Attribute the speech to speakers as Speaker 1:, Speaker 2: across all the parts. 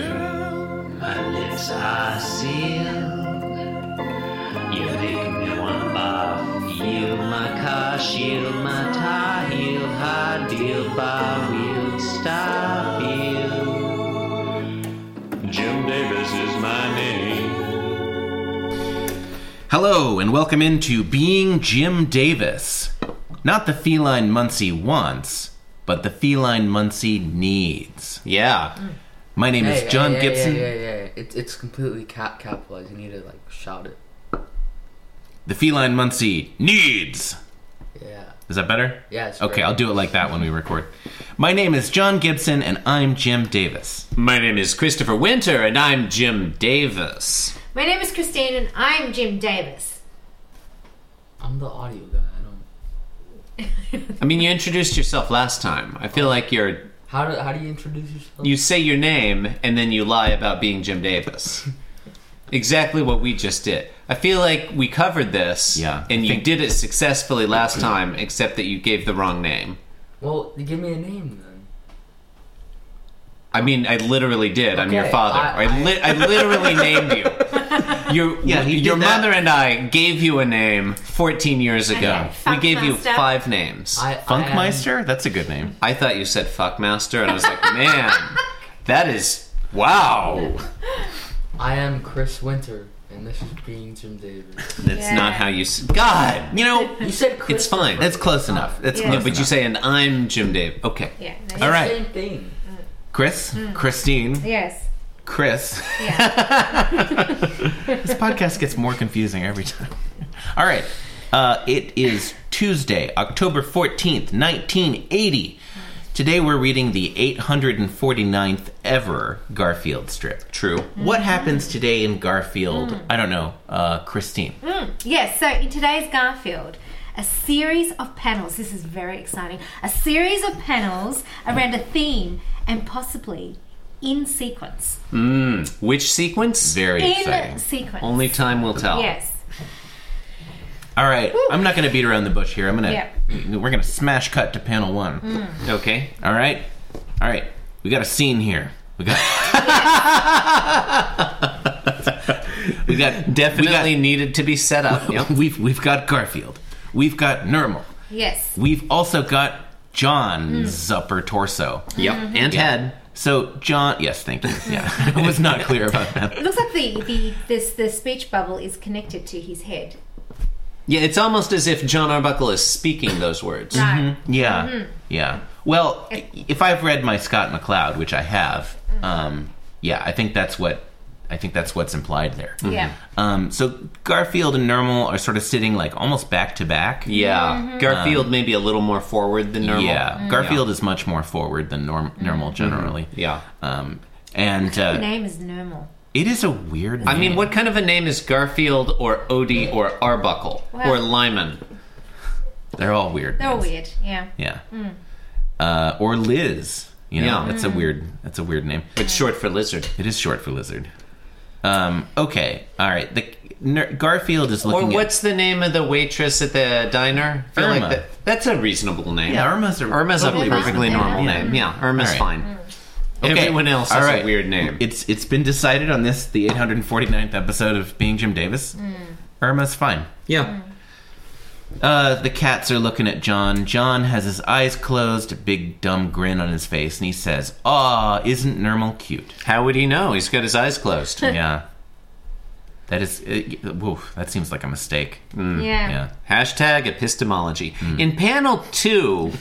Speaker 1: Girl, my lips are sealed. You make me wanna barf. Yield my car, shield my tie, heel, high deal, bar wheel, stop you. Jim Davis is my name.
Speaker 2: Hello, and welcome into Being Jim Davis. Not the feline Muncie wants, but the feline Muncie needs. Yeah. My name
Speaker 3: Mm. Hey,
Speaker 2: is John
Speaker 3: hey, hey,
Speaker 2: Gibson.
Speaker 3: Yeah, yeah, yeah, yeah. It's it's completely cap capitalized. You need to like shout it.
Speaker 2: The feline Muncie needs.
Speaker 3: Yeah.
Speaker 2: Is that better?
Speaker 3: Yeah, it's
Speaker 2: Okay,
Speaker 3: great.
Speaker 2: I'll do it like that when we record. My name is John Gibson, and I'm Jim Davis.
Speaker 1: My name is Christopher Winter, and I'm Jim Davis.
Speaker 4: My name is Christine and I'm Jim Davis.
Speaker 3: I'm the audio guy. I don't.
Speaker 1: I mean, you introduced yourself last time. I feel like you're
Speaker 3: How do how do you introduce yourself?
Speaker 1: You say your name and then you lie about being Jim Davis. exactly what we just did. I feel like we covered this,
Speaker 2: Yeah.
Speaker 1: and
Speaker 2: I
Speaker 1: you
Speaker 2: think-
Speaker 1: did it successfully last time, except that you gave the wrong name.
Speaker 3: well, you give me a name then.
Speaker 1: I mean, I literally did. I'm your
Speaker 3: Okay,
Speaker 1: father. I,
Speaker 3: I-
Speaker 1: li- I literally named you. Your,
Speaker 2: Yeah, he did
Speaker 1: your
Speaker 2: that.
Speaker 1: mother and I gave you a name 14 years ago. We
Speaker 4: Funkmaster.
Speaker 1: gave you five names.
Speaker 3: I,
Speaker 2: Funkmeister? That's a good name.
Speaker 1: I thought you said fuckmaster, and I was like, man, that is wow.
Speaker 3: I am, I am Chris Winter, and this is being Jim Davis.
Speaker 1: That's
Speaker 4: Yeah.
Speaker 1: not how you. S- God, you know,
Speaker 3: You said Chris.
Speaker 1: It's fine.
Speaker 2: That's close enough. That's
Speaker 4: Yeah.
Speaker 2: close
Speaker 1: No, but you
Speaker 2: enough.
Speaker 1: say, and I'm Jim Dave. Okay.
Speaker 4: Yeah.
Speaker 2: All right.
Speaker 3: Same thing.
Speaker 2: Chris,
Speaker 3: Hmm.
Speaker 2: Christine,
Speaker 4: Yes.
Speaker 2: Chris.
Speaker 4: Yeah.
Speaker 2: This podcast gets more confusing every time. All right. Uh, it is Tuesday, October 14th, 1980. Today we're reading the 849th ever Garfield strip.
Speaker 1: True.
Speaker 2: What happens today in Garfield? I don't know. Uh, Christine.
Speaker 4: Hmm, yes. So in today's Garfield, a series of panels. This is very exciting. A series of panels around a theme and possibly in sequence.
Speaker 1: Which sequence?
Speaker 2: Very
Speaker 4: In
Speaker 2: exciting.
Speaker 4: sequence.
Speaker 1: Only time will tell.
Speaker 4: Yes.
Speaker 2: All right. I'm not going to beat around the bush here. I'm going to.
Speaker 4: Yeah.
Speaker 2: We're going to smash cut to panel one.
Speaker 1: Okay.
Speaker 2: All right. All right. We got a scene here. We got. we got
Speaker 1: Definitely needed to be set up.
Speaker 2: We
Speaker 1: Yep.
Speaker 2: got, we've we've got Garfield. We've got Nermal.
Speaker 4: Yes.
Speaker 2: We've also got John's upper torso.
Speaker 1: yep.
Speaker 4: Mm-hmm.
Speaker 1: And head.
Speaker 2: So John, yes, thank you. Yeah, I was not clear about that.
Speaker 4: It looks like the, the this the speech bubble is connected to his head.
Speaker 1: Yeah, it's almost as if John Arbuckle is speaking those words.
Speaker 4: Right.
Speaker 2: Yeah, yeah. Well, if I've read my Scott McCloud, which I have, um, yeah, I think that's what I think that's what's implied there.
Speaker 1: Mm-hmm.
Speaker 4: Yeah.
Speaker 2: Um, so Garfield and Nermal are sort of sitting like almost back to back.
Speaker 1: Yeah.
Speaker 4: Mm-hmm.
Speaker 1: Garfield maybe a little more forward than normal. Mm, Mm-hmm.
Speaker 2: Yeah, Garfield is much more forward than norm- Nermal generally.
Speaker 1: Yeah.
Speaker 2: Um, and
Speaker 1: Mm-hmm.
Speaker 4: The
Speaker 2: uh,
Speaker 4: name is normal.
Speaker 2: it is a weird.
Speaker 1: I mean, what kind of a name is Garfield or Odie or Arbuckle
Speaker 4: Well-
Speaker 1: or Lyman?
Speaker 2: They're all weird.
Speaker 4: They're
Speaker 2: names.
Speaker 4: weird. Mm. Yeah.
Speaker 2: Yeah. Uh, or Liz. You know,
Speaker 1: Yeah.
Speaker 2: that's
Speaker 4: Mm.
Speaker 2: a weird. That's a weird name.
Speaker 1: It's short for lizard.
Speaker 2: It is short for lizard. Um, okay. All right. The ner- Garfield is
Speaker 1: Or
Speaker 2: looking.
Speaker 1: what's the name of the waitress at the diner? I feel
Speaker 2: Irma.
Speaker 1: like that, that's a reasonable name.
Speaker 2: At, yeah, Irma's a
Speaker 1: Irma's a
Speaker 2: totally
Speaker 4: Irma's
Speaker 1: perfectly
Speaker 4: fine.
Speaker 1: normal
Speaker 2: Yeah.
Speaker 1: name. Yeah, Irma's
Speaker 2: All right.
Speaker 1: fine.
Speaker 2: Okay.
Speaker 1: Everyone else
Speaker 2: All
Speaker 1: has
Speaker 2: right.
Speaker 1: a weird name.
Speaker 2: It's it's been decided on this the 849th episode of Being Jim Davis.
Speaker 4: Mm.
Speaker 2: Irma's fine.
Speaker 1: yeah.
Speaker 2: Uh, the cats are looking at John. John has his eyes closed, a big dumb grin on his face, and he says, "Ah, isn't Nermal cute?"
Speaker 1: How would he know? He's got his eyes closed.
Speaker 2: yeah. That is, uh, woof, that seems like a mistake.
Speaker 1: Mm,
Speaker 4: Yeah.
Speaker 2: Yeah.
Speaker 1: Hashtag epistemology. In panel two,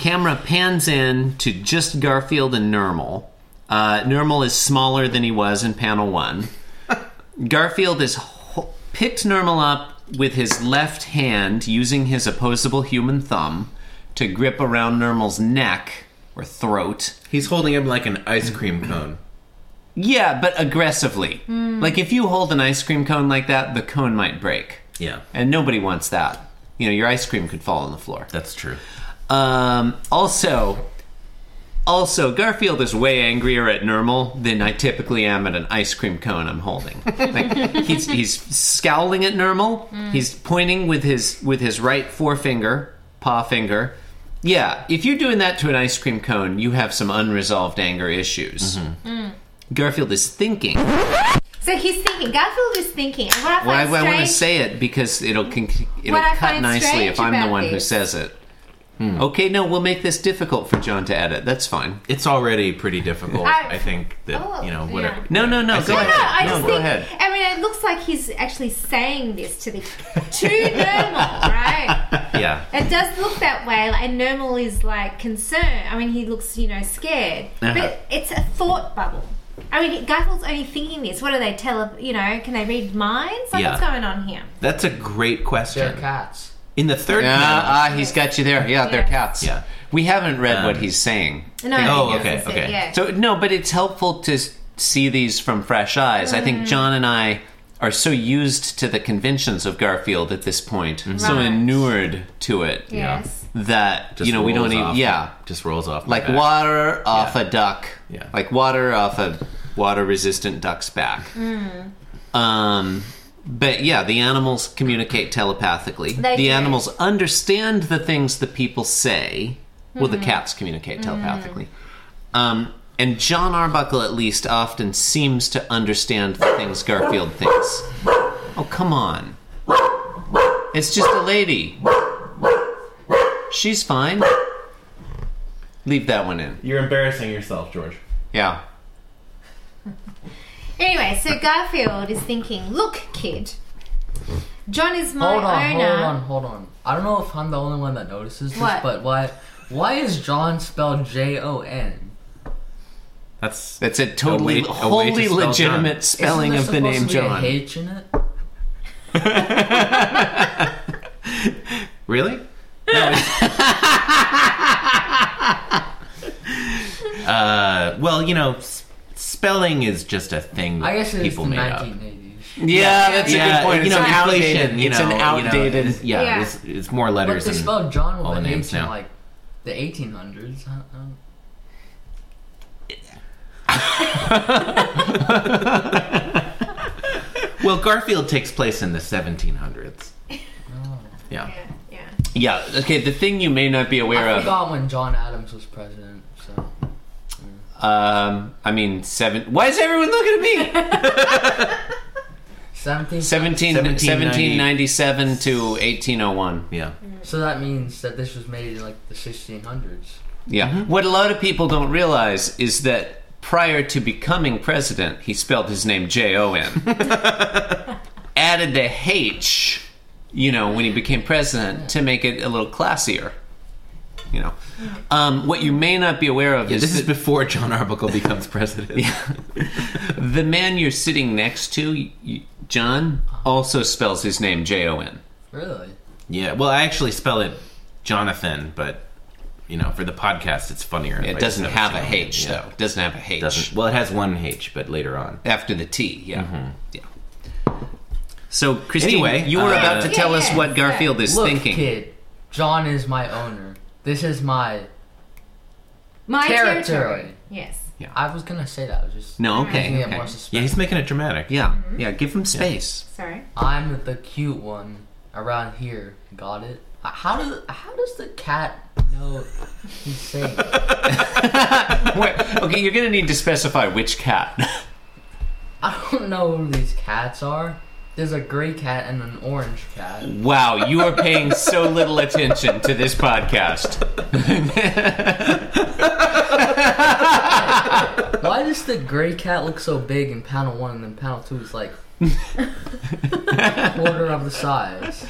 Speaker 1: camera pans in to just Garfield and Nermal. Uh, Nermal is smaller than he was in panel one. Garfield is ho- picked Nermal up with his left hand, using his opposable human thumb to grip around Nermal's neck or throat.
Speaker 2: He's holding him like an ice cream cone.
Speaker 1: Yeah, but aggressively. Like if you hold an ice cream cone like that, the cone might break.
Speaker 2: Yeah.
Speaker 1: And nobody wants that. You know, your ice cream could fall on the floor.
Speaker 2: That's true.
Speaker 1: Um, also, also, Garfield is way angrier at Normal than I typically am at an ice cream cone I'm holding. Like he's he's scowling at Normal. He's pointing with his with his right forefinger, paw finger, Yeah, if you're doing that to an ice cream cone, you have some unresolved anger issues. Garfield is thinking. Well,
Speaker 4: So he's thinking. Garfield is thinking, and what I find
Speaker 1: I, I want to
Speaker 4: strange.
Speaker 1: say it because it'll con- it'll
Speaker 4: What I
Speaker 1: cut
Speaker 4: find
Speaker 1: nicely if
Speaker 4: strange
Speaker 1: I'm the
Speaker 4: about
Speaker 1: one who
Speaker 4: this-
Speaker 1: says it. Hmm. Okay, no, we'll make this difficult for John to edit. That's fine.
Speaker 2: It's already pretty difficult. I,
Speaker 4: I-
Speaker 2: think that
Speaker 4: Oh,
Speaker 2: you know
Speaker 4: yeah.
Speaker 2: whatever.
Speaker 1: No, no, no.
Speaker 2: I
Speaker 1: go
Speaker 2: see.
Speaker 4: no,
Speaker 1: ahead.
Speaker 4: no, I
Speaker 1: no,
Speaker 4: just
Speaker 1: go
Speaker 4: think.
Speaker 1: ahead.
Speaker 4: I mean, it looks like he's actually saying this to the to Nermal, right?
Speaker 2: Yeah.
Speaker 4: It does look that way, like, and Nermal is like concerned. I mean, he looks, you know, scared,
Speaker 1: Uh-huh.
Speaker 4: but it's a thought bubble. I mean, Garfield's only thinking this. What do they tell? You know, can they read minds? Like,
Speaker 2: Yeah.
Speaker 4: what's going on here?
Speaker 2: That's a great
Speaker 3: They're
Speaker 2: question.
Speaker 3: cats.
Speaker 2: In the third
Speaker 1: Yeah,
Speaker 2: panel,
Speaker 1: ah, he's got you there. Yeah, they're
Speaker 4: Yeah.
Speaker 1: cats.
Speaker 2: Yeah.
Speaker 1: We haven't read
Speaker 2: Um,
Speaker 1: what he's saying.
Speaker 4: No,
Speaker 1: Thank
Speaker 2: Oh,
Speaker 1: you.
Speaker 4: I think
Speaker 2: okay,
Speaker 4: that's it,
Speaker 2: okay.
Speaker 4: yeah.
Speaker 1: So no, but it's helpful to s- see these from fresh eyes. I
Speaker 4: Mm.
Speaker 1: think John and I are so used to the conventions of Garfield at this point, so
Speaker 4: Right.
Speaker 1: inured to it
Speaker 4: yes.
Speaker 1: that you know we
Speaker 2: rolls
Speaker 1: don't even
Speaker 2: off-
Speaker 1: yeah
Speaker 2: e- just rolls off my
Speaker 1: like
Speaker 2: back.
Speaker 1: water off a duck,
Speaker 2: Yeah.
Speaker 1: like water off a water resistant duck's back. Um, but yeah, the animals communicate telepathically.
Speaker 4: They
Speaker 1: the
Speaker 4: do.
Speaker 1: animals understand the things the people say. Well,
Speaker 3: Mm-hmm.
Speaker 1: the cats communicate telepathically. Um, and John Arbuckle, at least, often seems to understand the things Garfield thinks. Oh, come on. It's just a lady. She's fine. Leave that one in.
Speaker 2: You're embarrassing yourself, George.
Speaker 1: Yeah.
Speaker 4: Anyway, so Garfield is thinking, look, kid, John is my
Speaker 3: Hold on,
Speaker 4: owner.
Speaker 3: hold on, hold on. I don't know if I'm the only one that notices this,
Speaker 4: What?
Speaker 3: but why why is John spelled J O N?
Speaker 2: That's
Speaker 1: That's a totally,
Speaker 2: A way- a way to
Speaker 1: wholly
Speaker 2: spell John.
Speaker 1: legitimate
Speaker 3: Isn't
Speaker 1: spelling
Speaker 3: there
Speaker 1: of the
Speaker 3: supposed
Speaker 1: name
Speaker 3: to be a
Speaker 1: John.
Speaker 3: H in it?
Speaker 2: really. uh, well, you know, s- spelling is just a thing that
Speaker 3: I guess it's
Speaker 2: people
Speaker 3: the
Speaker 2: made up.
Speaker 3: 1980s.
Speaker 1: Yeah, that's a
Speaker 2: Yeah,
Speaker 1: good point.
Speaker 2: you
Speaker 1: It's
Speaker 2: know,
Speaker 1: an outdated.
Speaker 2: inflation, you
Speaker 1: it's
Speaker 2: know,
Speaker 1: an
Speaker 2: you know,
Speaker 1: outdated.
Speaker 2: it's- yeah,
Speaker 4: Yeah.
Speaker 2: It's, it's more
Speaker 3: But
Speaker 2: letters
Speaker 3: they
Speaker 2: and
Speaker 3: spelled John
Speaker 2: all
Speaker 3: with an
Speaker 2: the
Speaker 3: H
Speaker 2: names
Speaker 3: in
Speaker 2: now.
Speaker 3: like the 1800s. I don't know.
Speaker 2: Well, Garfield takes place in the 1700s. Yeah.
Speaker 4: Yeah, yeah.
Speaker 1: Yeah. Okay. The thing you may not be aware
Speaker 3: I
Speaker 1: of.
Speaker 3: forgot when John Adams was president, so.
Speaker 1: Um. I mean, seven. Why is everyone looking at me?
Speaker 3: 17.
Speaker 1: 17, 1797 to eighteen oh one.
Speaker 2: Yeah.
Speaker 3: So that means that this was made in like the 1600s.
Speaker 1: Yeah. What a lot of people don't realize is that prior to becoming president, he spelled his name J O N. Added the H, you know, when he became president to make it a little classier. You know, um, what you may not be aware of is
Speaker 2: This is
Speaker 1: that-
Speaker 2: before John Arbuckle becomes president.
Speaker 1: the man you're sitting next to, y- y- John, also spells his name J O N.
Speaker 3: Really?
Speaker 2: Yeah, Well, I actually spell it Jonathan, but you know, for the podcast, it's funnier.
Speaker 1: It doesn't have a H though. It doesn't have a H
Speaker 2: Doesn't. Well, it has one H, but later on.
Speaker 1: after the T. Yeah, yeah. So, Christine,
Speaker 2: Anyway,
Speaker 1: you were
Speaker 2: uh,
Speaker 1: about to
Speaker 4: Yeah,
Speaker 1: tell
Speaker 4: yeah,
Speaker 1: us what
Speaker 4: yeah.
Speaker 1: Garfield is
Speaker 3: Look,
Speaker 1: thinking.
Speaker 3: kid, John is my owner. This is my.
Speaker 4: My
Speaker 3: Territory.
Speaker 4: territory. Yes.
Speaker 3: I was gonna say that. I was just.
Speaker 1: No,
Speaker 3: making
Speaker 1: okay,
Speaker 3: it more
Speaker 1: okay.
Speaker 3: suspect.
Speaker 2: Yeah, he's making it dramatic.
Speaker 1: yeah, yeah. Give him space.
Speaker 4: Sorry.
Speaker 3: I'm the cute one around here. Got it? Uh, How does how does the cat know he's saying?
Speaker 1: Wait, okay, you're going to need to specify which cat.
Speaker 3: I don't know who these cats are. There's a gray cat and an orange cat.
Speaker 1: wow, you are paying so little attention to this podcast.
Speaker 3: Why does the gray cat look so big in panel one and then panel two is like a quarter of the size?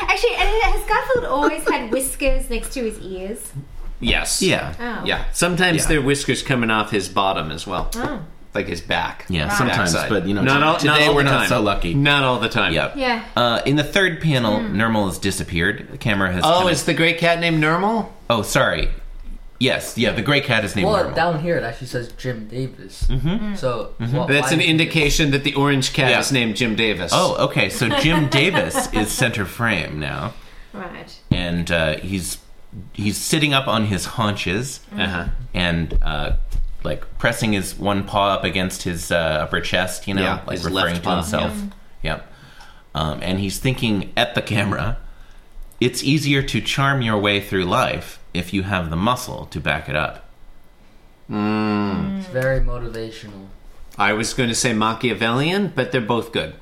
Speaker 4: Actually, and has Garfield always had whiskers next to his ears?
Speaker 1: Yes.
Speaker 2: Yeah.
Speaker 4: Oh.
Speaker 1: Yeah. Sometimes
Speaker 2: Yeah.
Speaker 1: there are whiskers coming off his bottom as well,
Speaker 4: Oh.
Speaker 1: like his back.
Speaker 2: Yeah, sometimes,
Speaker 1: Backside.
Speaker 2: but you know,
Speaker 1: not all,
Speaker 2: today
Speaker 1: not all
Speaker 2: we're
Speaker 1: the
Speaker 2: not
Speaker 1: time.
Speaker 2: so lucky.
Speaker 1: Not all the time.
Speaker 2: Yep.
Speaker 4: Yeah.
Speaker 2: Uh, in the third panel, Nermal has disappeared. The camera has.
Speaker 1: Oh,
Speaker 2: kinda-
Speaker 1: is the great cat named Nermal?
Speaker 2: oh, sorry. Yes, yeah. The gray cat is named
Speaker 3: Well,
Speaker 2: Nermal.
Speaker 3: down here it actually says Jim Davis. So
Speaker 2: Oh,
Speaker 3: wh-
Speaker 1: Mm-hmm. That's
Speaker 3: why
Speaker 1: an
Speaker 3: do you think it's-
Speaker 1: indication that the orange cat
Speaker 2: Yeah.
Speaker 1: is named Jim Davis.
Speaker 2: oh, okay. So Jim Davis is center frame now,
Speaker 4: Right.
Speaker 2: and uh, he's he's sitting up on his haunches
Speaker 1: Uh-huh.
Speaker 2: and uh, like pressing his one paw up against his uh, upper chest. You know,
Speaker 1: Yeah,
Speaker 2: like
Speaker 1: his
Speaker 2: referring
Speaker 1: left
Speaker 2: to
Speaker 1: paw,
Speaker 2: himself. Yep. um, and he's thinking at the camera. It's easier to charm your way through life if you have the muscle to back it up.
Speaker 3: It's very motivational.
Speaker 1: I was going to say Machiavellian, but they're both good.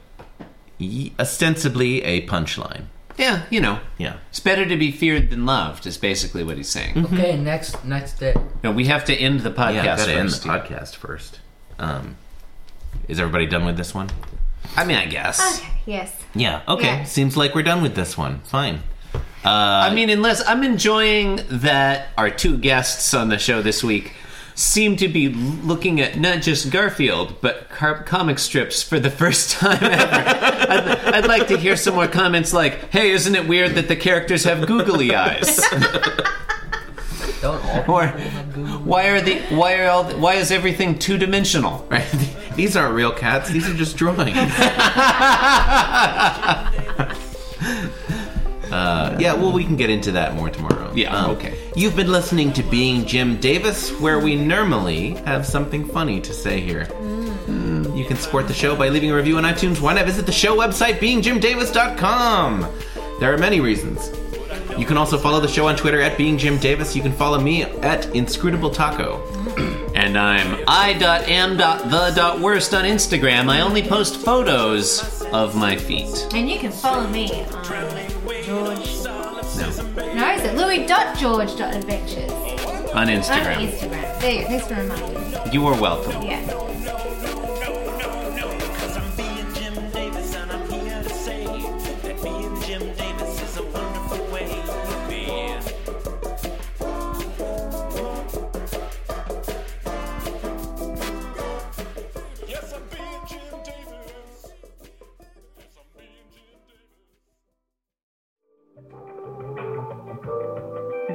Speaker 2: Ye- ostensibly a punchline.
Speaker 1: Yeah, you know.
Speaker 2: Yeah.
Speaker 1: It's better to be feared than loved, is basically what he's saying.
Speaker 3: Okay, next next day.
Speaker 1: No, we have to end the podcast
Speaker 2: Mm. yeah, gotta end
Speaker 1: first.
Speaker 2: the podcast first. Um, is everybody done with this one?
Speaker 1: I mean, I guess.
Speaker 4: Okay, yes.
Speaker 2: Yeah. Okay.
Speaker 4: Yeah.
Speaker 2: Seems like we're done with this one. Fine. Uh,
Speaker 1: I mean, unless I'm enjoying that our two guests on the show this week seem to be looking at not just Garfield, but car- comic strips for the first time ever. I'd, I'd like to hear some more comments like, hey, isn't it weird that the characters have googly eyes?
Speaker 3: Don't all
Speaker 1: or why are the why are all the, why is everything two dimensional?
Speaker 2: Right. These aren't real cats. These are just drawings. uh, Uh, yeah, well, we can get into that more tomorrow. Um,
Speaker 1: Yeah, okay.
Speaker 2: You've been listening to Being Jim Davis, where we normally have something funny to say here.
Speaker 1: Mm.
Speaker 2: You can support the show by leaving a review on iTunes. Why not visit the show website, beingjimdavis.com? There are many reasons. You can also follow the show on Twitter at Being Jim Davis. You can follow me at Inscrutable Taco.
Speaker 1: And I'm i.m.the.worst on Instagram. I only post photos of my feet.
Speaker 4: And you can follow me on George.
Speaker 1: No,
Speaker 4: No, is it Louis.George.Adventures on
Speaker 1: on Instagram.
Speaker 4: Oh, Instagram? There you go. Thanks for reminding me.
Speaker 1: You are welcome.
Speaker 4: Yeah.
Speaker 5: Cause I'm being Jim Davis and I'm here to say that being Jim Davis is a wonderful way to be. Yes, I'm being Jim Davis. Yes, I'm being Jim Davis.